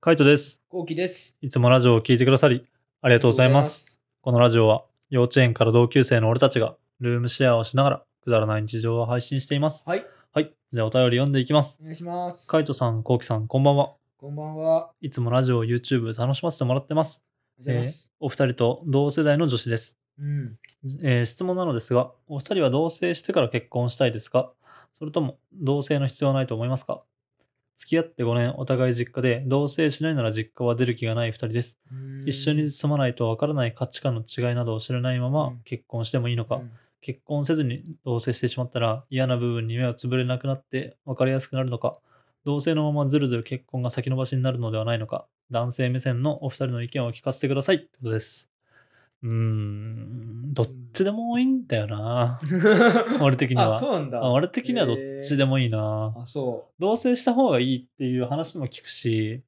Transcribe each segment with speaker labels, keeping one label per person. Speaker 1: カイトです。
Speaker 2: こうきです。
Speaker 1: いつもラジオを聞いてくださり、ありがとうございます。このラジオは、幼稚園から同級生の俺たちが、ルームシェアをしながら、くだらない日常を配信しています。
Speaker 2: はい、
Speaker 1: はい。じゃあ、お便り読んでいきます。
Speaker 2: お願いします。
Speaker 1: カイトさん、コウキさん、こんばんは。
Speaker 2: こんばんは。
Speaker 1: いつもラジオ、YouTube 楽しませてもらってます。
Speaker 2: おはようございます。
Speaker 1: お二人と同世代の女子です。
Speaker 2: うん。
Speaker 1: えー質問なのですが、お二人は同棲してから結婚したいですかそれとも同棲の必要はないと思いますか付き合って5年、お互い実家で、同棲しないなら実家は出る気がない二人です。一緒に住まないとわからない価値観の違いなどを知らないま
Speaker 2: う
Speaker 1: ま
Speaker 2: ん
Speaker 1: 結婚してもいいのか、
Speaker 2: うん
Speaker 1: 結婚せずに同棲してしまったら嫌な部分に目をつぶれなくなって分かりやすくなるのか同棲のままずるずる結婚が先延ばしになるのではないのか男性目線のお二人の意見を聞かせてくださいってことですうーんどっちでもいいんだよな 俺的には
Speaker 2: あ、そうなんだ。
Speaker 1: あ俺的にはどっちでもいいな、
Speaker 2: あ、そ
Speaker 1: 同棲した方がいいっていう話も聞くし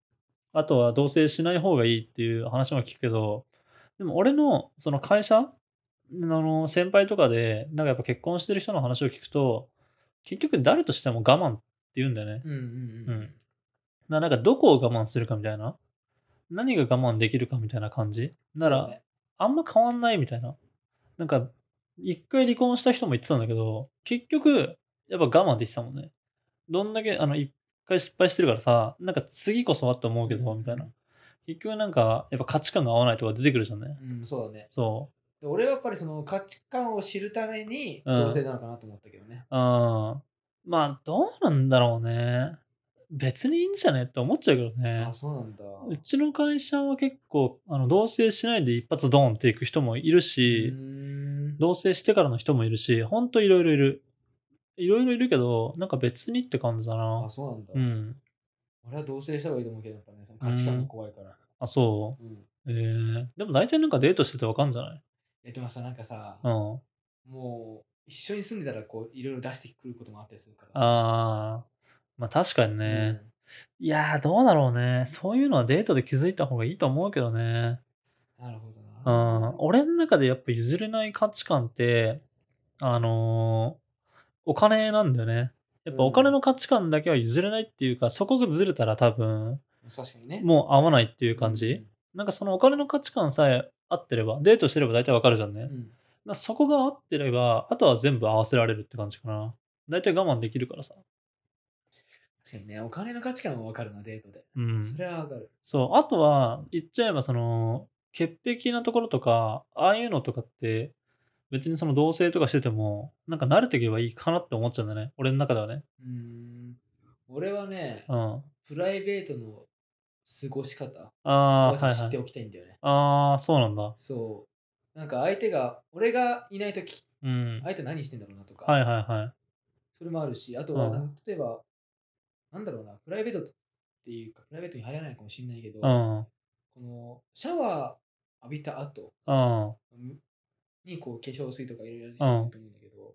Speaker 1: あとは同棲しない方がいいっていう話も聞くけどでも俺のその会社あの先輩とかでなんかやっぱ結婚してる人の話を聞くと結局誰としても我慢って言うんだよね
Speaker 2: う。うんう
Speaker 1: うんんななんかどこを我慢するかみたいな何が我慢できるかみたいな感じ
Speaker 2: うん。
Speaker 1: なら、
Speaker 2: そうね、
Speaker 1: あんま変わんないみたいな。なんか、一回離婚した人も言ってたんだけど、結局、やっぱ我慢できてたもんね。どんだけ、あの、一回失敗してるからさ、なんか次こそはって思うけど、
Speaker 2: うん
Speaker 1: みたいな。結局なんか、やっぱ価値観が合わないとか出てくるじゃんね。
Speaker 2: うん、そうだね。
Speaker 1: そ
Speaker 2: で俺はやっぱりその価値観を知るために
Speaker 1: うん
Speaker 2: 同性なのかなと思ったけどね。
Speaker 1: う。うん。まあ、どうなんだろうね。別にいいんじゃねって思っちゃうけどね
Speaker 2: あ、。そうなんだ。
Speaker 1: うちの会社は結構、あの、同棲しないで一発ドーンっていく人もいるし、
Speaker 2: うーん
Speaker 1: 同棲してからの人もいるし、ほんといろいろいる。いろいろいるけど、なんか別にって感じだな
Speaker 2: あ、。そうなんだ。
Speaker 1: うん。
Speaker 2: 俺は同性した方がいいと思うけど、やっぱね、その価値観が怖いから。
Speaker 1: あ、そ
Speaker 2: うん。
Speaker 1: う。えー、でも大体なんかデートしててわかんじゃない
Speaker 2: え、でもさ、なんかさ、
Speaker 1: うん。
Speaker 2: もう一緒に住んでたらこういろいろ出してくることもあったりするからさ。
Speaker 1: あー。まあ確かに
Speaker 2: うん
Speaker 1: ね。いやー、どうだろうね。そういうのはデートで気づいた方がいいと思うけどね。
Speaker 2: なるほ
Speaker 1: う
Speaker 2: どな。
Speaker 1: ん。俺の中でやっぱ譲れない価値観って、あのーお金なんだよね。やっぱお金の価値観だけは譲れないっていうか、そこがずれたら多分、
Speaker 2: 確かにね。
Speaker 1: もう合わないっていう感じ。
Speaker 2: うん
Speaker 1: なんかそのお金の価値観さえ合ってれば、デートしてれば大体わかるじゃんね。
Speaker 2: う
Speaker 1: だか
Speaker 2: ん
Speaker 1: らそこが合ってれば、あとは全部合わせられるって感じかな。大体我慢できるからさ。
Speaker 2: 確かにね、お金の価値観は分かるな、デートで。
Speaker 1: うん。
Speaker 2: それは分かる。
Speaker 1: そう。あとは、言っちゃえばその、潔癖なところとか、ああいうのとかって、別にその同棲とかしてても、なんか慣れていけばいいかなって思っちゃうんだね。俺の中ではね。
Speaker 2: うーん。俺はね、
Speaker 1: うん。
Speaker 2: プライベートの過ごし方
Speaker 1: ああ
Speaker 2: を
Speaker 1: ー、
Speaker 2: 知
Speaker 1: はい
Speaker 2: っ
Speaker 1: は
Speaker 2: て
Speaker 1: い。
Speaker 2: おきたいんだよね。
Speaker 1: ああ、そうなんだ。
Speaker 2: そう。なんか相手が、俺がいないとき、
Speaker 1: うん。
Speaker 2: 相手何してんだろうなとか、
Speaker 1: はいはいはい。
Speaker 2: それもあるし、あと
Speaker 1: う
Speaker 2: は、
Speaker 1: ん
Speaker 2: なん例えば、なんだろうな、プライベートっていうか、プライベートに入らないかもしれないけど、
Speaker 1: うん。うん。
Speaker 2: このシャワー浴びた後
Speaker 1: あ
Speaker 2: にこう化粧水とかいろいろしてると思うんだけど、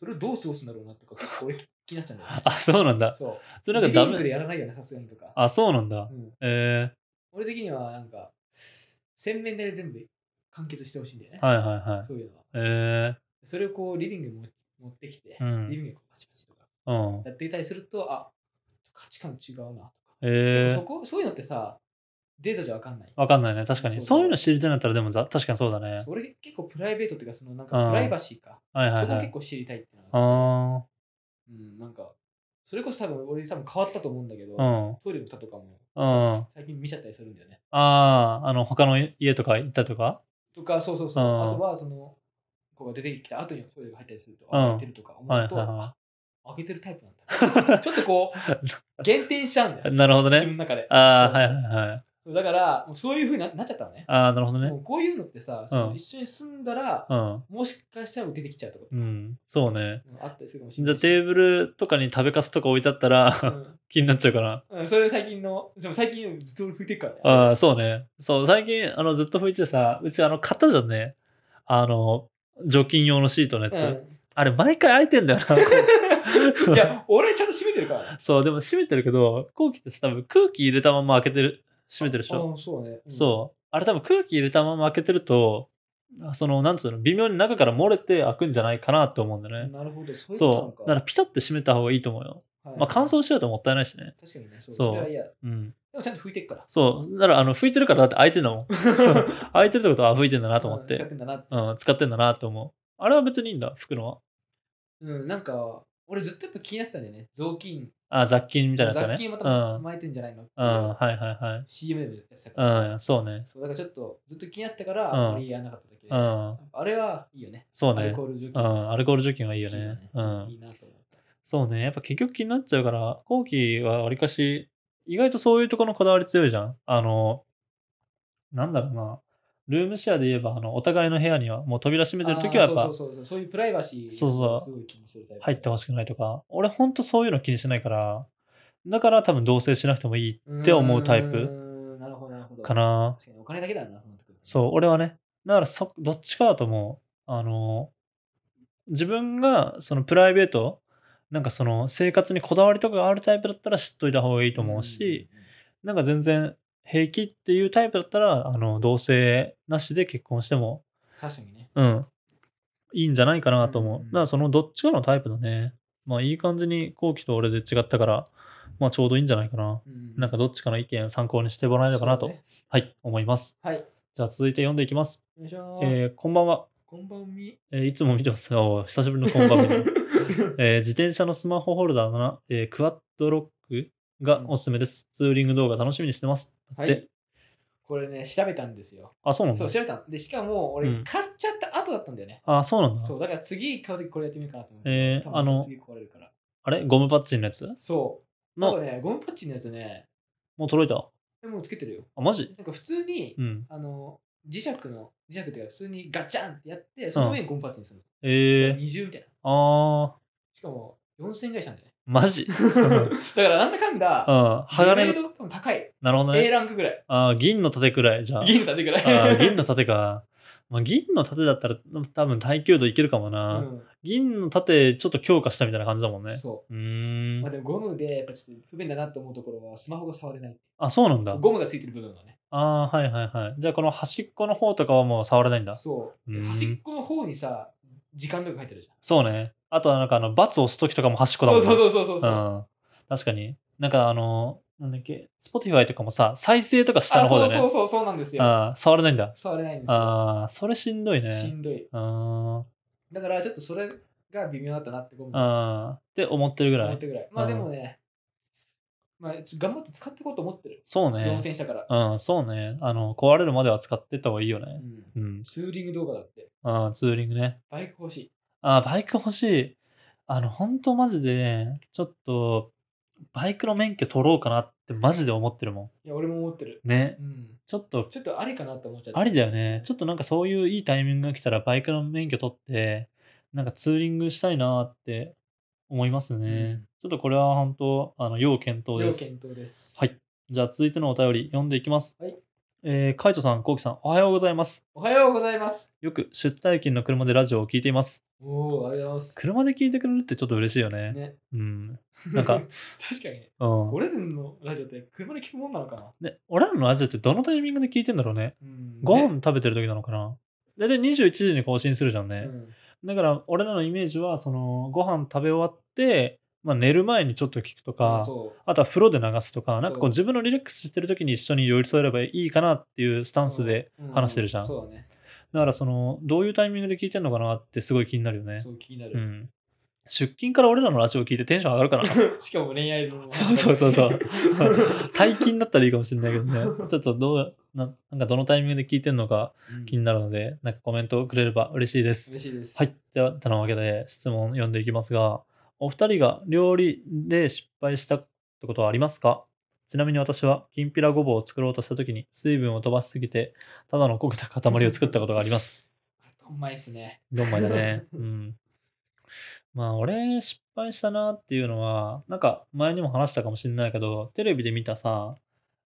Speaker 2: それをどう過ごすんだろうなとか、結構俺気になっちゃうんだよ ね。
Speaker 1: そうなんだ。
Speaker 2: そう。
Speaker 1: それ
Speaker 2: リ
Speaker 1: なん
Speaker 2: ビ
Speaker 1: かダ
Speaker 2: ングで
Speaker 1: メ。
Speaker 2: やらないよね、さすがにとか。
Speaker 1: あ、そうなんだ
Speaker 2: う。ん、
Speaker 1: え
Speaker 2: 俺的には、なんか、洗面台で全部完結してほしいんだよね。
Speaker 1: ー、はいはいはい。
Speaker 2: そういうのは。
Speaker 1: え
Speaker 2: それをこう、リビングに持持ってきて、
Speaker 1: うん
Speaker 2: リビングにこうパチパチとか
Speaker 1: えうん。
Speaker 2: やっていたりすると、あ価値観違うなとか。
Speaker 1: え
Speaker 2: そ
Speaker 1: え
Speaker 2: こそういうのってさ、デートじゃわかんない。
Speaker 1: わかんないね。確かに。
Speaker 2: そう
Speaker 1: そういうの知りたいんだったら、でもざ確かにそうだね。
Speaker 2: それ結構プライベートっていうか、その
Speaker 1: う
Speaker 2: なん
Speaker 1: ん
Speaker 2: かプライバシーか。
Speaker 1: はいはい
Speaker 2: そこ
Speaker 1: は
Speaker 2: 結
Speaker 1: い。
Speaker 2: 構知りたいっていうのがあって
Speaker 1: あ
Speaker 2: うん、なんか、それこそ多分俺多分変わったと思うんだけど、
Speaker 1: あ、うん。うん。
Speaker 2: トイレの蓋とかも
Speaker 1: あ
Speaker 2: 最近見ちゃったりするんだよね。
Speaker 1: あー、あの、他の家とか行ったとか
Speaker 2: とか、そうそうそう。
Speaker 1: うん
Speaker 2: あとは、その子が出てきた後にトイレが入ったりすると、
Speaker 1: うん
Speaker 2: あ開けてるとか思うと、
Speaker 1: はいはい はい
Speaker 2: あ開けてるタイプな んだ。ちょっとこう、減点しちゃうんだよ。
Speaker 1: なるほど
Speaker 2: 自分の
Speaker 1: ね。
Speaker 2: 中で。
Speaker 1: ああ、
Speaker 2: そう
Speaker 1: はい
Speaker 2: そう
Speaker 1: はいはい。
Speaker 2: そうだから、もうそういうふうにななっちゃったのね。
Speaker 1: ああ、なるほどね
Speaker 2: も。うこういうのってさ、その
Speaker 1: うん
Speaker 2: 一緒に住んだら、
Speaker 1: うん。
Speaker 2: もしかしたら出てきちゃうとか、
Speaker 1: うん。そうね。
Speaker 2: うんあったりするかもし
Speaker 1: じ
Speaker 2: れな
Speaker 1: ゃ
Speaker 2: い
Speaker 1: あ
Speaker 2: し。
Speaker 1: テーブルとかに食べかすとか置いてあったら 気になっちゃうかな。
Speaker 2: うんうん、それ最近の、でも最近ずっと俺拭いてるからね。
Speaker 1: ああ、そうね。そう、最近、あの、ずっと拭いてさ、うちあの、買ったじゃんね。あの、除菌用のシートのやつ。
Speaker 2: うん
Speaker 1: あれ、毎回開いてんだよな。
Speaker 2: いや、俺ちゃんと閉めてるからね。
Speaker 1: そう、でも閉めてるけど、後期ってさ、多分空気入れたまま開けてる、閉めてるでしょ。
Speaker 2: ああ、そうね。うん
Speaker 1: そう。あれ多分空気入れたまま開けてると、あその、なんつうの、微妙に中から漏れて開くんじゃないかなって思うんだよね。
Speaker 2: なるほど、そういう
Speaker 1: そ
Speaker 2: こ
Speaker 1: う。
Speaker 2: と
Speaker 1: だ
Speaker 2: な
Speaker 1: から
Speaker 2: のか。
Speaker 1: ピタって閉めた方がいいと思うよ。
Speaker 2: はい
Speaker 1: まあ乾燥しちゃうともったいないしね。
Speaker 2: 確かにね、そう。
Speaker 1: そう
Speaker 2: それは嫌だ。
Speaker 1: うん。
Speaker 2: でもちゃんと拭いてっから。
Speaker 1: そう。だから、あの、拭いてるからだって空いてん だも ん。空いてるってことは拭いてんだなと思っ
Speaker 2: うん使って
Speaker 1: て。
Speaker 2: んだなって
Speaker 1: うん、使ってんだなと思う。あれは別にいいんだ、拭くのは。
Speaker 2: うん、なんか、俺ずっとやっぱ気になってたんだよね。雑巾。
Speaker 1: あ、雑菌みたいなやつだね。
Speaker 2: 雑巾ま
Speaker 1: う
Speaker 2: た
Speaker 1: ん。
Speaker 2: 巻いてんじゃないのって
Speaker 1: う
Speaker 2: い
Speaker 1: ん、
Speaker 2: う
Speaker 1: はいはい
Speaker 2: CM でもやってたから
Speaker 1: はい。う
Speaker 2: さ
Speaker 1: ん、そうね。
Speaker 2: そう、だからちょっとずっと気になってたから、
Speaker 1: うん
Speaker 2: あんまりやらなかっただけで。
Speaker 1: うん、
Speaker 2: あれはいいよね。
Speaker 1: そう
Speaker 2: アル
Speaker 1: ね。
Speaker 2: コール除菌。
Speaker 1: うん、アルコール除菌はい
Speaker 2: い
Speaker 1: いよね。う
Speaker 2: い
Speaker 1: ん。
Speaker 2: いなと思った。
Speaker 1: そうね。やっぱ結局気になっちゃうから、後期はわりかし、意外とそういうところのこだわり強いじゃん。あの、なんだろうな。ルームシェアで言えば、あの、お互いの部屋には、もう扉閉めてるときはやっ
Speaker 2: あ
Speaker 1: ぱ
Speaker 2: ーそうそうそうそう、そういうプライバシー
Speaker 1: そうそう
Speaker 2: をすごい気にするタイプ。
Speaker 1: 入ってほしくないとか、俺ほんとそういうの気にしないから、だから多分同棲しなくてもいいって思うタイ
Speaker 2: ー
Speaker 1: プ
Speaker 2: んなるほど、なるほど。
Speaker 1: かな。
Speaker 2: 確かにお金だけだな、その時
Speaker 1: そう、俺はね。だからそ、どっちかだと思う。あの、自分がそのプライベート、なんかその生活にこだわりとかがあるタイプだったら知っといた方がいいと思うし、、なんか全然平気っていうタイプだったら、あの、同棲なしで結婚しても、
Speaker 2: うん確かにね。
Speaker 1: うん、いいんじゃないかなと思う。
Speaker 2: うんうん
Speaker 1: だからそのどっちかのタイプだね。まあいい感じに後期と俺で違ったから、まあちょうどいいんじゃないかな。なんか
Speaker 2: ど
Speaker 1: どっちかの意見参考にしてもらえ
Speaker 2: う
Speaker 1: ればなと、
Speaker 2: ね
Speaker 1: はい、思います。
Speaker 2: はい。
Speaker 1: じゃあ続いて読んでいきます。
Speaker 2: お願いします。
Speaker 1: えーこんばんは。
Speaker 2: こんばんみ。
Speaker 1: えーいつも見てますが、おー久しぶりのこんばんは、えー自転車のスマホホルダーの、えークワッドロックがおすすめです。ツーリング動画楽しみにしてます。だ
Speaker 2: は
Speaker 1: って
Speaker 2: い。これね、調べたんですよ。
Speaker 1: あ、そうなん
Speaker 2: そ
Speaker 1: だ
Speaker 2: う、。調べたんで、しかも俺、
Speaker 1: うん
Speaker 2: 買っちゃった後だったんだよね。
Speaker 1: あ、そうなんだ
Speaker 2: そ。う、だから次買う時これやってみるかなと思って。
Speaker 1: えー
Speaker 2: 多分
Speaker 1: あの、
Speaker 2: 次壊れるから。
Speaker 1: あれゴムパッチンのやつ
Speaker 2: そう。なん
Speaker 1: の
Speaker 2: か、ね、ゴムパッチンのやつね、
Speaker 1: もう届いた。
Speaker 2: もうつけてるよ。
Speaker 1: あ、マジ
Speaker 2: なんか普通に、
Speaker 1: うん。
Speaker 2: あの、磁石の、磁石っていうか普通にガチャンってやって、その上にゴムパッチンするの。
Speaker 1: えー、
Speaker 2: 二重みたいな。
Speaker 1: あー、
Speaker 2: しかも、4000円ぐらいしたんだよね。
Speaker 1: マ ジうん。
Speaker 2: だからなんだかんだ、
Speaker 1: 鋼
Speaker 2: グレ
Speaker 1: の
Speaker 2: ー、ド多分高い。
Speaker 1: なるほど
Speaker 2: A
Speaker 1: ね。
Speaker 2: ランクぐらい。
Speaker 1: あー銀の盾くらい、じゃあ。
Speaker 2: 銀の盾ぐらい。
Speaker 1: あ ー銀の盾か。まあ、銀の盾だったら多分耐久度いけるかもな。銀の盾ちょっと強化したみたいな感じだもん
Speaker 2: う
Speaker 1: ね
Speaker 2: ん。。そうう。
Speaker 1: ー
Speaker 2: まあ
Speaker 1: ん。
Speaker 2: でもゴムでやっぱちょっと不便だなと思うところは、スマホが触れない。
Speaker 1: あ、そうなんだ。
Speaker 2: ゴムがついてる部分がね。
Speaker 1: ああー、はいはいはい。じゃあこの端っこの方とかはもう触れないんだ。
Speaker 2: そう。で
Speaker 1: うん
Speaker 2: 端っこの方にさ、時間とか入ってるじゃん。
Speaker 1: そうね。あとはなんかあの、罰を押すときとかも端っこだ
Speaker 2: そ
Speaker 1: もん
Speaker 2: う
Speaker 1: ね。
Speaker 2: そうそうそうそうそう。
Speaker 1: うん。確かに。なんかあの、なんだっけ、Spotify とかもさ、再生とか下の方で
Speaker 2: あそ
Speaker 1: ね。
Speaker 2: うそうそうそうなんですよ。
Speaker 1: ああ、触れないんだ。
Speaker 2: 触れないんですよ。
Speaker 1: ああ、それしんどい
Speaker 2: し
Speaker 1: ね。
Speaker 2: んどい。
Speaker 1: あ
Speaker 2: だからちょっとそれが微妙だったなってゴム
Speaker 1: あ、ああ、って思ってるぐら
Speaker 2: 思っ
Speaker 1: い。
Speaker 2: てぐらい。まあ
Speaker 1: うん
Speaker 2: でもね、まあ、つ頑張って使っていこうと思ってる。
Speaker 1: そうね
Speaker 2: 4。戦したから。
Speaker 1: うん、そうね。あの、壊れるまでは使ってった方がいいよ
Speaker 2: う
Speaker 1: ね。
Speaker 2: ん
Speaker 1: うん。
Speaker 2: ツーリング動画だって。
Speaker 1: ああ、ツーリングね。
Speaker 2: バイク欲しい。
Speaker 1: あ、バイク欲しい。あの、本当マジでね、ちょっと、バイクの免許取ろうかなってマジで思ってるも
Speaker 2: いや、俺も思ってる。
Speaker 1: ん。ね
Speaker 2: う。ん。
Speaker 1: ちょっと、
Speaker 2: ちょっとありかなって思っちゃった。
Speaker 1: ありだよね。ちょっ
Speaker 2: と。
Speaker 1: となんかそういういいタイミングが来たら、バイクの免許取って、なんかツーリングしたいなって思いますね。ちょっとこれは本当、あの、要検討
Speaker 2: 要
Speaker 1: です。
Speaker 2: 検討です。
Speaker 1: はいじゃあ続いてのお便り読んでいきます。
Speaker 2: はい
Speaker 1: えーカイトさん、コウキさん、おはようございます。
Speaker 2: おはようございます。
Speaker 1: よく出退勤の車でラジオを聞いています。
Speaker 2: おお、ありがとうござい
Speaker 1: 車で聞いてくれるってちょっと嬉しいよね。
Speaker 2: ます。 ね。
Speaker 1: うん。なんか、
Speaker 2: 確かにね。
Speaker 1: うん。
Speaker 2: 俺ズのラジオって車で聞くもんなのかな。
Speaker 1: ね、俺らのラジオってどのタイミングで聞いてんだろうね。
Speaker 2: うん
Speaker 1: ご飯
Speaker 2: ね
Speaker 1: 食べてる時なのかな。だいたい21時に更新するじゃん
Speaker 2: う
Speaker 1: ね。
Speaker 2: ん。
Speaker 1: だから俺らのイメージは、そのご飯食べ終わって、まあ、寝る前にちょっと聞くとか、
Speaker 2: そう。
Speaker 1: あとは風呂で流すとか、なんかこ
Speaker 2: そうう
Speaker 1: 自分のリラックスしてる時に一緒に寄り添えればいいかなっていうスタンスで、
Speaker 2: うん
Speaker 1: 話してるじゃん
Speaker 2: そうだね。
Speaker 1: だからその、どういうタイミングで聞いてんのかなってすごい気になるよね
Speaker 2: そ。う気にな
Speaker 1: う
Speaker 2: る。
Speaker 1: ん。出勤から俺らのラジオ聞いてテンション上がるかな。
Speaker 2: しかも恋愛の。
Speaker 1: そうそうそう そう。大金だったらいいかもしれないけどね。ちょっとどうな、なんかどのタイミングで聞いてるのか
Speaker 2: うん
Speaker 1: 気になるので、なんかコメントをくれれば嬉しいです。
Speaker 2: 嬉しいです。
Speaker 1: は。い。では、てなわけで質問読んでいきますが、お二人が料理で失敗したってことはありますかちなみに私は、きんぴらごぼうを作ろうとしたときに、水分を飛ばしすぎて、ただの焦げた塊を作ったことがあり ます。
Speaker 2: うまいっすね。
Speaker 1: 4枚だね。うん。まあ、俺、失敗したなっていうのは、なんか、前にも話したかもしれないけど、テレビで見たさ、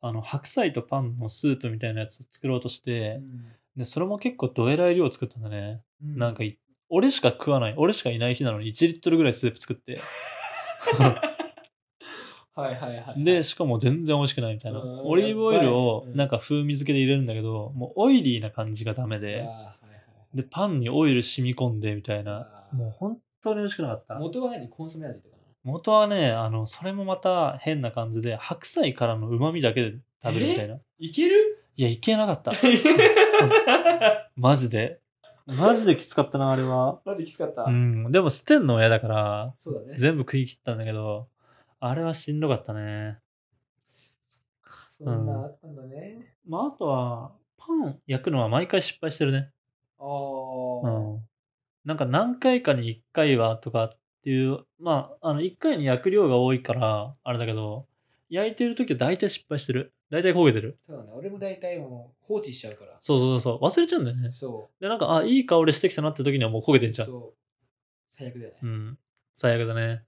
Speaker 1: あの、白菜とパンのスープみたいなやつを作ろうとし
Speaker 2: う
Speaker 1: て、
Speaker 2: ん
Speaker 1: で、それも結構どえらい量作ったんだね。なんか
Speaker 2: い
Speaker 1: い、俺しか食わない、俺しかいない日なのに1リットルぐらいスープ作って、
Speaker 2: はいはいはい。
Speaker 1: で、、しかも全然美味しくないみたいな。
Speaker 2: うん
Speaker 1: オリーブオイル
Speaker 2: やっ
Speaker 1: を
Speaker 2: ぱりうん
Speaker 1: なんか風味付けで入れるんだけど、もうオイリーな感じがダメで、
Speaker 2: あーはいはい
Speaker 1: で、パンにオイル染み込んでみたいな。
Speaker 2: あー
Speaker 1: もう本当に美味しくなかった。
Speaker 2: 元は何コンソメ味とかな
Speaker 1: 元はね、あの、それもまた変な感じで、白菜からの旨味だけで食べるみたいな。
Speaker 2: いける
Speaker 1: いや、いけなか った。マジで。マジできつかったな、あれは。
Speaker 2: マジきつかった。
Speaker 1: うん。でも、捨てんの親だから、
Speaker 2: そうだね。
Speaker 1: 全部食い切ったんだけど、あれはしんどかったね。
Speaker 2: そんなあったんだね。
Speaker 1: まあ、あとは、パン焼くのは毎回失敗してるね。
Speaker 2: あ
Speaker 1: う
Speaker 2: あ。
Speaker 1: ん。なんか何回かに1回はとかっていう、まあ、あの、1回に焼く量が多いから、あれだけど、焼いてる時は大体失敗してる。大体焦げてる。
Speaker 2: そうだね。俺も大体もう放置しちゃうから。
Speaker 1: そうそうそうそう。忘れちゃうんだよね。
Speaker 2: そ
Speaker 1: で、なんか、あ、いい香りしてきたなって時にはもう焦げてん
Speaker 2: う。
Speaker 1: じゃん。
Speaker 2: そう。最悪だよね。
Speaker 1: うん。最悪だね。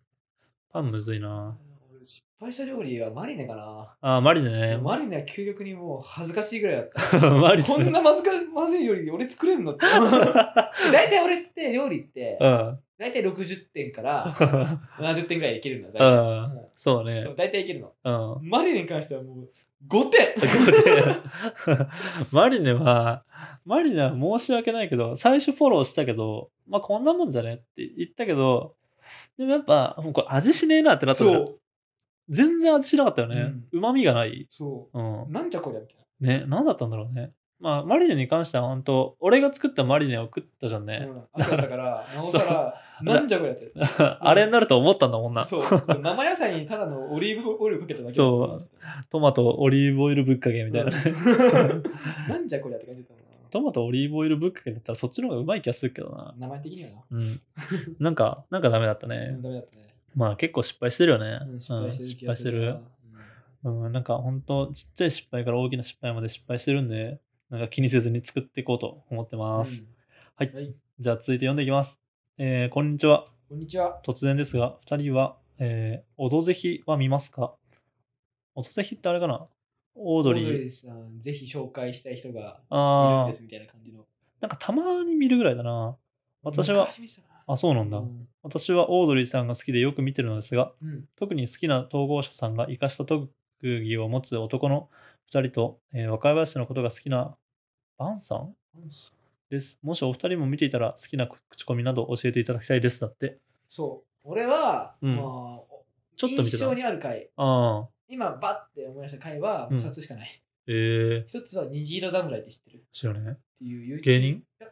Speaker 1: パンむずいな。
Speaker 2: 俺失敗した料理はマリネかな。
Speaker 1: あ、マリネね。
Speaker 2: マリネは究極にもう恥ずかしいぐらいだった。
Speaker 1: マリネ。
Speaker 2: こんなまずかまずい料理俺作れるの って。大体俺って料理って
Speaker 1: う、ん。
Speaker 2: 大体60点から70点ぐらいいけるの。大
Speaker 1: う
Speaker 2: 体
Speaker 1: ん。そうね
Speaker 2: そ。う大体いけるの。
Speaker 1: うん。
Speaker 2: マリネに関してはもう5点
Speaker 1: マリネは、マリネは申し訳ないけど、最初フォローしたけど、まあこんなもんじゃねって言ったけど、でもやっぱ、もうこれ味しねえなってなったか
Speaker 2: そ
Speaker 1: ら
Speaker 2: う。
Speaker 1: 全然味しなかったよね。
Speaker 2: う
Speaker 1: うま、みがない。
Speaker 2: そ
Speaker 1: うん
Speaker 2: う。。なんじゃこりゃみたい
Speaker 1: ね、何だったんだろうね。まあマリネに関しては本当、俺が作ったマリネを食ったじゃん
Speaker 2: な。
Speaker 1: ね
Speaker 2: う。ん。あったから、なおさら、なんじゃこりゃって。
Speaker 1: あれになると思ったんだもんな。
Speaker 2: そう。生野菜にただのオリーブオイルかけただけ
Speaker 1: そうトマト、オリーブオイルぶっかけみたいなね。
Speaker 2: うんなんじゃこりゃって感じだった
Speaker 1: トマト、オリーブオイルぶっかけだったらそっちの方がうまい気がするけどな。
Speaker 2: な。名前的にはな。
Speaker 1: うん。なんか、なんかダメだった
Speaker 2: う
Speaker 1: ね
Speaker 2: ん。ダメだったね。
Speaker 1: まあ結構失敗してるよね。
Speaker 2: う
Speaker 1: うんん
Speaker 2: 失敗してる気がするな。
Speaker 1: 失敗してるうん、なんか本当ちっちゃい失敗から大きな失敗まで失敗してるんで、なんか気にせずに作っていこうと思って
Speaker 2: うん
Speaker 1: ます。はい
Speaker 2: はい。
Speaker 1: じゃあ続いて読んでいきます。えーこんにちは。
Speaker 2: こんにちは。
Speaker 1: 突然ですが、2人は、えー、オドぜひは見ますかオドぜひってあれかなオードリー。
Speaker 2: さん、ぜひ紹介したい人がいるん
Speaker 1: ああ
Speaker 2: で、すみたいな感じの。
Speaker 1: なんかたまに見るぐらいだな。私は、
Speaker 2: 昔見てたな
Speaker 1: あ、そうなんだ。
Speaker 2: うん
Speaker 1: 私はオードリーさんが好きでよく見てるのですが、
Speaker 2: うん。
Speaker 1: 特に好きな統合者さんが生かした特技を持つ男の2人と、えー若林のことが好きなバンさんです。もしお二人も見ていたら好きな口コミなど教えていただきたいです。だって。
Speaker 2: そう。俺は、
Speaker 1: うん
Speaker 2: まあ、
Speaker 1: ちょっと見て
Speaker 2: 印
Speaker 1: た。
Speaker 2: 象にある回。
Speaker 1: ああ。
Speaker 2: 今、バッて思い出した回は
Speaker 1: うん
Speaker 2: 2つしかない。
Speaker 1: えー、
Speaker 2: 一つは虹色侍って知ってるっ
Speaker 1: 知らね
Speaker 2: ていう YouTube
Speaker 1: 芸人
Speaker 2: いや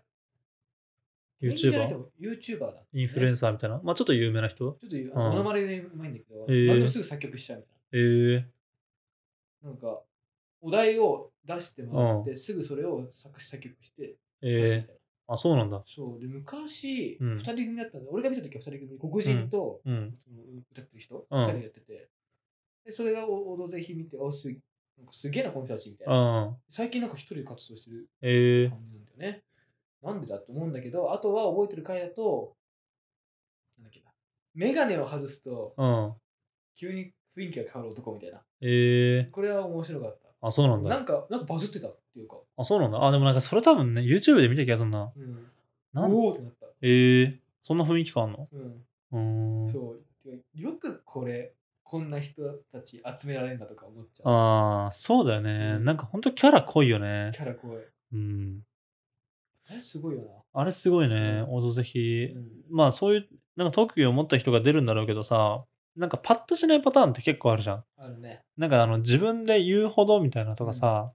Speaker 1: え。
Speaker 2: 芸人じゃなくて
Speaker 1: YouTuber?
Speaker 2: も YouTuber だ、
Speaker 1: インフルエン
Speaker 2: サ
Speaker 1: サーみたいな。まあちょっと有名な人
Speaker 2: ちょっと言う、
Speaker 1: うん
Speaker 2: モノマネでうまいんだけど、
Speaker 1: へえ
Speaker 2: 何でもすぐ作曲しちゃうみたい
Speaker 1: えー、
Speaker 2: な。なんか、お題を出してもらって、すぐそれを作詞作曲して出すみ
Speaker 1: え
Speaker 2: たいな。
Speaker 1: ー、あ、そうなんだ。
Speaker 2: そう、で、昔、
Speaker 1: うん
Speaker 2: 二人組だったんで、俺が見た時は二人組、黒人と、
Speaker 1: うん。
Speaker 2: その歌ってる人、
Speaker 1: うん
Speaker 2: 二人でやってて、で、それがおオドぜひ見て、おすなんかすげえな、この人たちみたいな。
Speaker 1: ああ。
Speaker 2: 最近なんか一人で活動してる
Speaker 1: えー、
Speaker 2: 感じなんだよね。なんでだと思うんだけど、あとは覚えてる回だと、なんだっけな、メガネを外すと、
Speaker 1: うん。
Speaker 2: 急に雰囲気が変わる男みたいな。
Speaker 1: えー、
Speaker 2: これは面白かった。
Speaker 1: あ、そうなん
Speaker 2: な
Speaker 1: だ。
Speaker 2: んか、なんかバズってたっていうか、
Speaker 1: あ、そうなんだ。あ、でもなんかそれ多分ね、YouTube で見た気がするな。
Speaker 2: うん、
Speaker 1: なん
Speaker 2: おおってなった。
Speaker 1: ええそんな雰囲気感あんの
Speaker 2: うん、
Speaker 1: うーん。
Speaker 2: そうてかよくこれ、こんな人たち集められるんだとか思っちゃう。
Speaker 1: ああ、そうだよね。
Speaker 2: うん
Speaker 1: なんかほんとキャラ濃いよね
Speaker 2: キ。ャラ怖い。
Speaker 1: うん。
Speaker 2: あれすごいよ
Speaker 1: あれすごいね。
Speaker 2: う
Speaker 1: オドぜ
Speaker 2: な。
Speaker 1: ひ
Speaker 2: う。ん
Speaker 1: まあそういう、なんか特技を持った人が出るんだろうけどさ、なんかパッとしないパターンって結構あるじゃん。
Speaker 2: あるね。
Speaker 1: なんかあの自分で言うほどみたいなとかさ、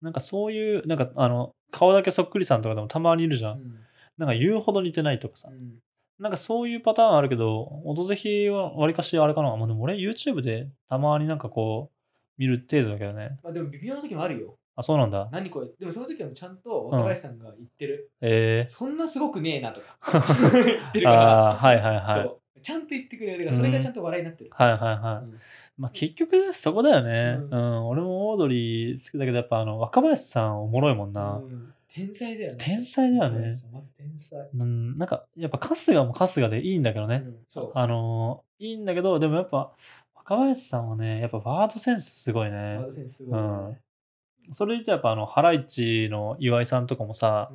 Speaker 1: なんかそういう、なんかあの、顔だけそっくりさんとかでもたまにいるじゃ。
Speaker 2: うんん。
Speaker 1: なんか言うほど似てないとかさ
Speaker 2: う。ん
Speaker 1: なんかそういうパターンあるけど、オドぜひはわりかしあれかな。まあでも俺 YouTube でたまになんかこう、見る程度だけどね。
Speaker 2: まあ、でも微妙な時もあるよ。
Speaker 1: あ、そうなんだ。
Speaker 2: 何これ。でもその時はちゃんと若林さんが言ってる。
Speaker 1: え
Speaker 2: そんなすごくねえな とか。
Speaker 1: ー
Speaker 2: 言ってるか
Speaker 1: あ
Speaker 2: ら。
Speaker 1: ーはいはいはい
Speaker 2: そうちゃんと言ってくれる。だからそれがちゃんと笑いになってる。
Speaker 1: はいはいはい。
Speaker 2: うん
Speaker 1: まあ結局そこだよね。う
Speaker 2: う
Speaker 1: んん、俺もオードリー好きだけど、やっぱあの、若林さんおもろいもんな。
Speaker 2: うん天才だよね。
Speaker 1: 天才だよね
Speaker 2: 若林さんマジ天才。
Speaker 1: うん、なんか、やっぱ春日も春日でいいんだけどね。
Speaker 2: うんそう。
Speaker 1: あのーいいんだけど、でもやっぱ、若林さんはね、やっぱワードセンスすごいね
Speaker 2: ワー。ドセンスすごいよね。
Speaker 1: それで言うとやっぱあの、ハライチの岩井さんとかもさ、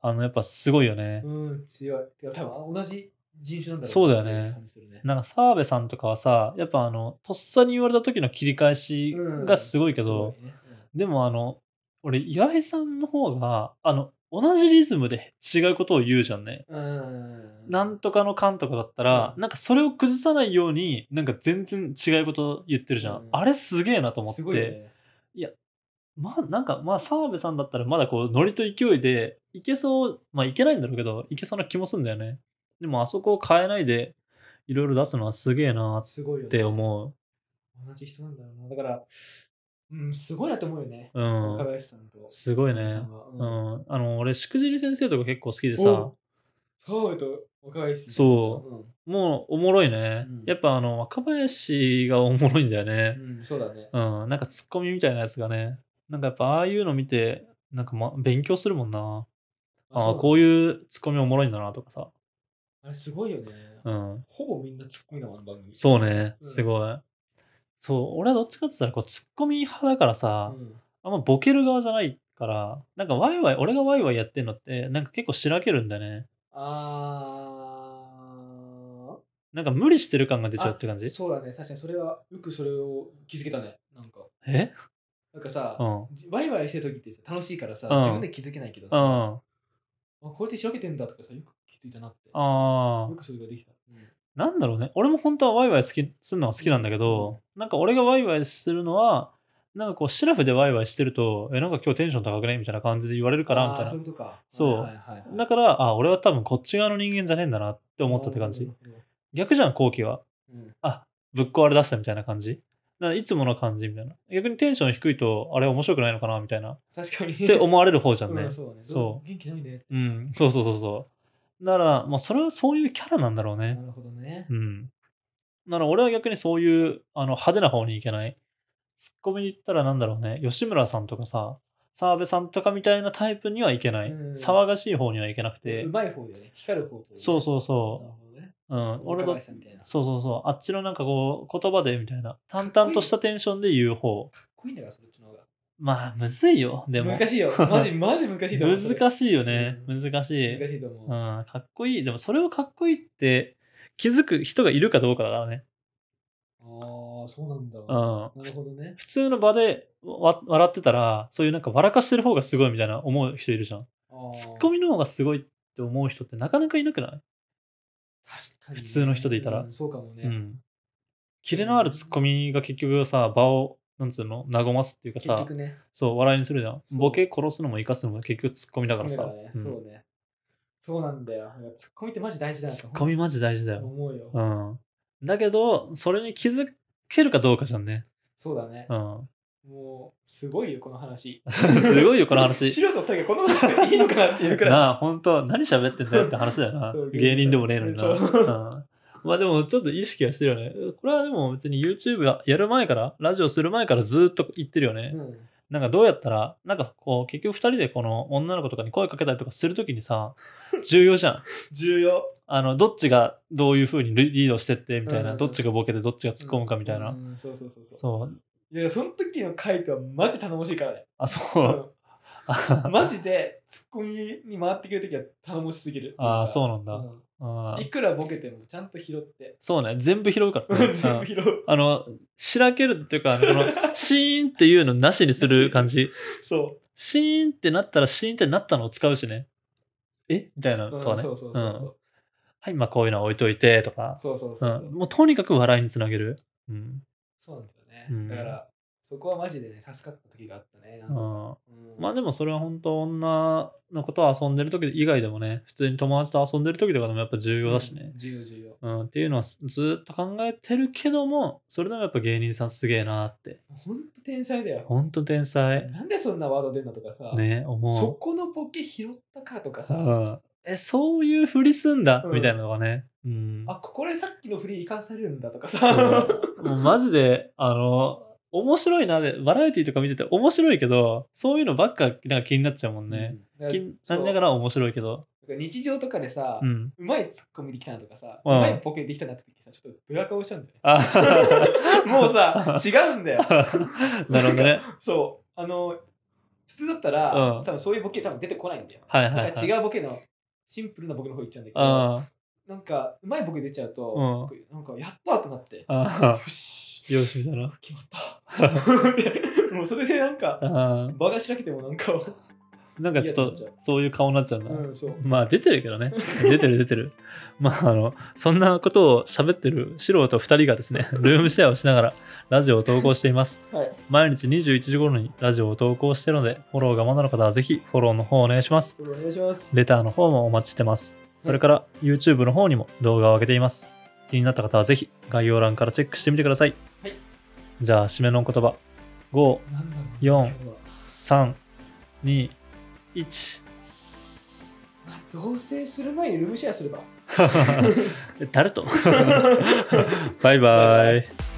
Speaker 1: あの、やっぱすごいよね。
Speaker 2: うん、うん強い。てか多分同じ人種なんだろ
Speaker 1: そうだよね
Speaker 2: なって感じするね
Speaker 1: なんか澤部さんとかはさ、やっぱあの、とっさに言われた時の切り返し
Speaker 2: うん
Speaker 1: がすごいけど、
Speaker 2: すごいね
Speaker 1: でもあの、俺、岩井さんの方が、あの、同じリズムで違うことを言うじゃんね。
Speaker 2: うん。
Speaker 1: なんとかのかんとかだったら、
Speaker 2: うん
Speaker 1: なんかそれを崩さないように、なんか全然違うこと言ってるじゃん。
Speaker 2: うん
Speaker 1: あれすげえなと思って。
Speaker 2: すごいよね。
Speaker 1: まあなんかまあ澤部さんだったらまだこうノリと勢いでいけそうまあいけないんだろうけどいけそうな気もするんだよねでもあそこを変えないでいろいろ出すのはすげえな
Speaker 2: すごいよね。
Speaker 1: って思
Speaker 2: 同じ人なんだろうな。だから、うん、すごいなと思うよね。
Speaker 1: ううん
Speaker 2: 若林さんと。
Speaker 1: すごい
Speaker 2: さ
Speaker 1: ね
Speaker 2: んは
Speaker 1: う
Speaker 2: うん。
Speaker 1: んあの俺しくじり先生とか結構好きでさ
Speaker 2: お澤部と若林さん
Speaker 1: そもうおもろいね、
Speaker 2: うん
Speaker 1: やっぱあの若林がおもろいんだよ
Speaker 2: う
Speaker 1: ね
Speaker 2: ん。うん、そうだね。
Speaker 1: うん、なんかツッコミみたいなやつがねなんかやっぱああいうの見てなんか、ま、勉強するもんなああ
Speaker 2: う
Speaker 1: こういうツッコミおもろいんだなとかさ
Speaker 2: あれすごいよね。
Speaker 1: うん
Speaker 2: ほぼみんなツッコミなのあの番組。
Speaker 1: そうね、
Speaker 2: うん
Speaker 1: すごい。そう、俺はどっちかって言ったら、こう、ツッコミ派だからさ、
Speaker 2: うん。
Speaker 1: あんまボケる側じゃないから、なんかワイワイ、俺がワイワイやってんのって、なんか結構しらけるんだよね。
Speaker 2: あ
Speaker 1: なんか無理してる感が出ちゃうって感じ
Speaker 2: ー、そうだね。確かにそれは、よくそれを気づけたね。なんか、
Speaker 1: え
Speaker 2: なんかさ
Speaker 1: う、ん。うん。
Speaker 2: ワイワイしてる時ってさ楽しいからさ、
Speaker 1: うん
Speaker 2: 自分で気づけないけどさ、あ
Speaker 1: あ
Speaker 2: こうやって仕分けてんだとかさ、よく気づいたなって。よ
Speaker 1: あー、
Speaker 2: くそれができた。うん
Speaker 1: なんだろうね。俺も本当はワイワイ好きするのは好きなんだけど、なんか俺がワイワイするのは、なんかこう、シラフでワイワイしてると、え、なんか今日テンション高くねみたいな感じで言われるから、みたい
Speaker 2: あーそう
Speaker 1: な
Speaker 2: いう。ことか。
Speaker 1: そう
Speaker 2: はいはいはいはい
Speaker 1: だから、あ、俺は多分こっち側の人間じゃねえんだなって思ったって感
Speaker 2: な
Speaker 1: じ
Speaker 2: る。ほどなる
Speaker 1: 逆じゃん、後期は。
Speaker 2: ほどうん
Speaker 1: あぶっ壊れ出したみたいな感じだからいつもの感じみたいな逆にテンション低いとあれ面白くないのかなみたいなっ
Speaker 2: 確かに。って
Speaker 1: 思われる方じゃん
Speaker 2: う
Speaker 1: ね
Speaker 2: んそうね。
Speaker 1: そ
Speaker 2: そう。元気ないね。
Speaker 1: うんそうそうそうそうだからまあそれはそういうキャラなんだろう
Speaker 2: な
Speaker 1: ね
Speaker 2: るほどね
Speaker 1: う。んだから俺は逆にそういうあの派手な方に行けないツッコミで言ったらなんだろうね吉村さんとかさ澤部さんとかみたいなタイプにはいけない
Speaker 2: うん
Speaker 1: 騒がしい方にはいけなくて
Speaker 2: うまい方だよね。光る方と。
Speaker 1: そうそう
Speaker 2: な
Speaker 1: そ
Speaker 2: るほどね。
Speaker 1: う、うん、俺
Speaker 2: 若
Speaker 1: ど
Speaker 2: 林さんみたいな。か
Speaker 1: そうそうそうあっちのなんかこう言葉でみたいな淡
Speaker 2: かっ
Speaker 1: 々
Speaker 2: こいい
Speaker 1: としたテンションで言う方
Speaker 2: っこいいんだから、そっちの方が。
Speaker 1: まあ、むずいよ。でも、
Speaker 2: 難しいよ。マジ、マジ難しいと思う。それ
Speaker 1: 難しいよね。
Speaker 2: う
Speaker 1: 難しい。
Speaker 2: 難しいと思
Speaker 1: う
Speaker 2: う。
Speaker 1: ん、かっこいい。でも、それをかっこいいって気づく人がいるかどうかだからね。
Speaker 2: ああ、そうなんだ。
Speaker 1: う。
Speaker 2: なんるほどね。
Speaker 1: 普通の場でわ笑ってたら、そういうなんか笑かしてる方がすごいみたいな思う人いるじゃん。ツッコ
Speaker 2: ミ
Speaker 1: ミの方がすごいって思う人ってなかなかいなくない
Speaker 2: 確かに
Speaker 1: 普
Speaker 2: ね
Speaker 1: 通の人でいたら
Speaker 2: うんそうかもね。
Speaker 1: うん。キレのあるツッコミが結局さ、場を、なんつうの、和ますっていうか
Speaker 2: 結
Speaker 1: さ、
Speaker 2: 局ね。
Speaker 1: そう、笑いにするじゃん。
Speaker 2: そう
Speaker 1: ボケ殺すのも生かすのも結局ツッコミだから
Speaker 2: ツッ
Speaker 1: さ
Speaker 2: コミね。
Speaker 1: うん
Speaker 2: そうね。そうなんだよ。ツッコミってマジ大事だな
Speaker 1: ツッコミマジ大事だ
Speaker 2: と
Speaker 1: よ。
Speaker 2: 思うよ
Speaker 1: う。ん。だけど、それに気づけるかどうかじゃんね。
Speaker 2: そうだね
Speaker 1: う。 ん。
Speaker 2: もう、すごいよ、この話。
Speaker 1: すごいよ、この話。
Speaker 2: 素人二人がこの話でいいのかなっていうくらい。
Speaker 1: なあ、本当何喋ってんだよって話だよな
Speaker 2: そう。
Speaker 1: 芸人でもねえのにな。
Speaker 2: そう
Speaker 1: うんまあでも、ちょっと意識はしてるよね。これはでも別に YouTube やる前から、ラジオする前からずっと言ってるよね。
Speaker 2: うん
Speaker 1: なんかどうやったら、なんかこう、結局二人でこの女の子とかに声かけたりとかするときにさ、重要じゃん。
Speaker 2: 重要。
Speaker 1: あの、どっちがどういう風にリードしてって、みたい
Speaker 2: うんう
Speaker 1: な。
Speaker 2: ん
Speaker 1: どっちがボケて、どっちが突っ込むかみたいな
Speaker 2: う。ん。そうそうそうそう。
Speaker 1: そう。
Speaker 2: いや、その時の回答はマジ頼もしいからね。
Speaker 1: あ、そう。
Speaker 2: うんマジで、ツッコミに回ってくる時は頼もしすぎる。
Speaker 1: ああ、そうなん
Speaker 2: う
Speaker 1: だ。
Speaker 2: ん
Speaker 1: あー
Speaker 2: いくらボケてもちゃんと拾って。
Speaker 1: そうね、全部拾う からね、
Speaker 2: 全部
Speaker 1: うん
Speaker 2: 拾う。
Speaker 1: あの、しらけるっていうか、あのこの、シーンっていうのなしにする感じ。
Speaker 2: そ
Speaker 1: シーンってなったら、シーンってなったのを使うしね。えみたいな
Speaker 2: う。
Speaker 1: と
Speaker 2: うん
Speaker 1: かね。
Speaker 2: そうそうそう
Speaker 1: うん
Speaker 2: そう。
Speaker 1: はい、まあこういうのは置いといて、とか。
Speaker 2: そうそう
Speaker 1: う
Speaker 2: そうそ
Speaker 1: ん、
Speaker 2: う。
Speaker 1: もうとにかく笑いにつなげる。うん。
Speaker 2: そうなんだよね。
Speaker 1: うん
Speaker 2: だから、そこはマジでね、助かった時があったね。なん
Speaker 1: う
Speaker 2: か
Speaker 1: ん、
Speaker 2: うん
Speaker 1: まあでもそれは本当女の子と遊んでる時以外でもね、普通に友達と遊んでる時とかでもやっぱ重要だしね。
Speaker 2: うん重要重要。
Speaker 1: うん、っていうのはずずっと考えてるけども、それでもやっぱ芸人さんすげえなって。
Speaker 2: ほんと天才だよ。
Speaker 1: ほんと天才。
Speaker 2: なんでそんなワード出んのとかさ、
Speaker 1: ね、
Speaker 2: そ
Speaker 1: 思
Speaker 2: このボケ拾ったかとか
Speaker 1: う。
Speaker 2: さ、
Speaker 1: うん、え、そういうふりすんだ、
Speaker 2: うん
Speaker 1: みたいなのがね。うん。
Speaker 2: あ、これさっきの振り生かされるんだとか
Speaker 1: う
Speaker 2: さ、
Speaker 1: んもうマジで、あの、面白いなで、バラエティとか見てて面白いけど、そういうのばっかなんか気になっちゃうも んね。
Speaker 2: うん。だか
Speaker 1: 気
Speaker 2: ら
Speaker 1: に
Speaker 2: そ
Speaker 1: な
Speaker 2: う
Speaker 1: りながら面白いけど。
Speaker 2: なんか日常とかでさ、
Speaker 1: う。
Speaker 2: うんまいツッコミできたなとかさ、う
Speaker 1: うん
Speaker 2: まいボケできたなって時さ、ちょっとドヤ顔しちゃうんだよね。
Speaker 1: あ
Speaker 2: もうさ、違うんだよ。
Speaker 1: なるほどね。
Speaker 2: そう。あの、普通だったら、
Speaker 1: うん
Speaker 2: 多分そういうボケ多分出てこないんだよ。
Speaker 1: はいはい、は
Speaker 2: だ
Speaker 1: い。
Speaker 2: から違うボケの、シンプルなボケの方行っちゃうんだけど、
Speaker 1: あ
Speaker 2: なんか、うまいボケ出ちゃう
Speaker 1: う
Speaker 2: と、
Speaker 1: ん
Speaker 2: こうなんか、やったってなって、
Speaker 1: あ
Speaker 2: よし、
Speaker 1: ー、よし、みたいな。
Speaker 2: 決まった。でもうそれでなんか、
Speaker 1: あー
Speaker 2: 場がしらけてもなんか、
Speaker 1: なんかちょっ
Speaker 2: 嫌になっ
Speaker 1: と
Speaker 2: ちゃ
Speaker 1: そういう顔になっちゃうな。
Speaker 2: うん、そう。
Speaker 1: まあ出てるけど ね。出てる出てる。まああの、そんなことを喋ってる素人2人がです ね、ルームシェアをしながらラジオを投稿しています。
Speaker 2: はい。
Speaker 1: 毎日21時頃にラジオを投稿してるので、フォローがまだの方はぜひフォローの方をお願いします。
Speaker 2: これお願いします。
Speaker 1: レターの方もお待ちしてます。それから YouTube の方にも動画を上げています。気になった方はぜひ概要欄からチェックしてみてください。
Speaker 2: はい
Speaker 1: じゃあ、締めの言葉。5、
Speaker 2: なんだろう。
Speaker 1: 四
Speaker 2: 今日は
Speaker 1: 3、2、1。
Speaker 2: まあ同棲する前にルームシェアすれば。
Speaker 1: タルト。バイバイ。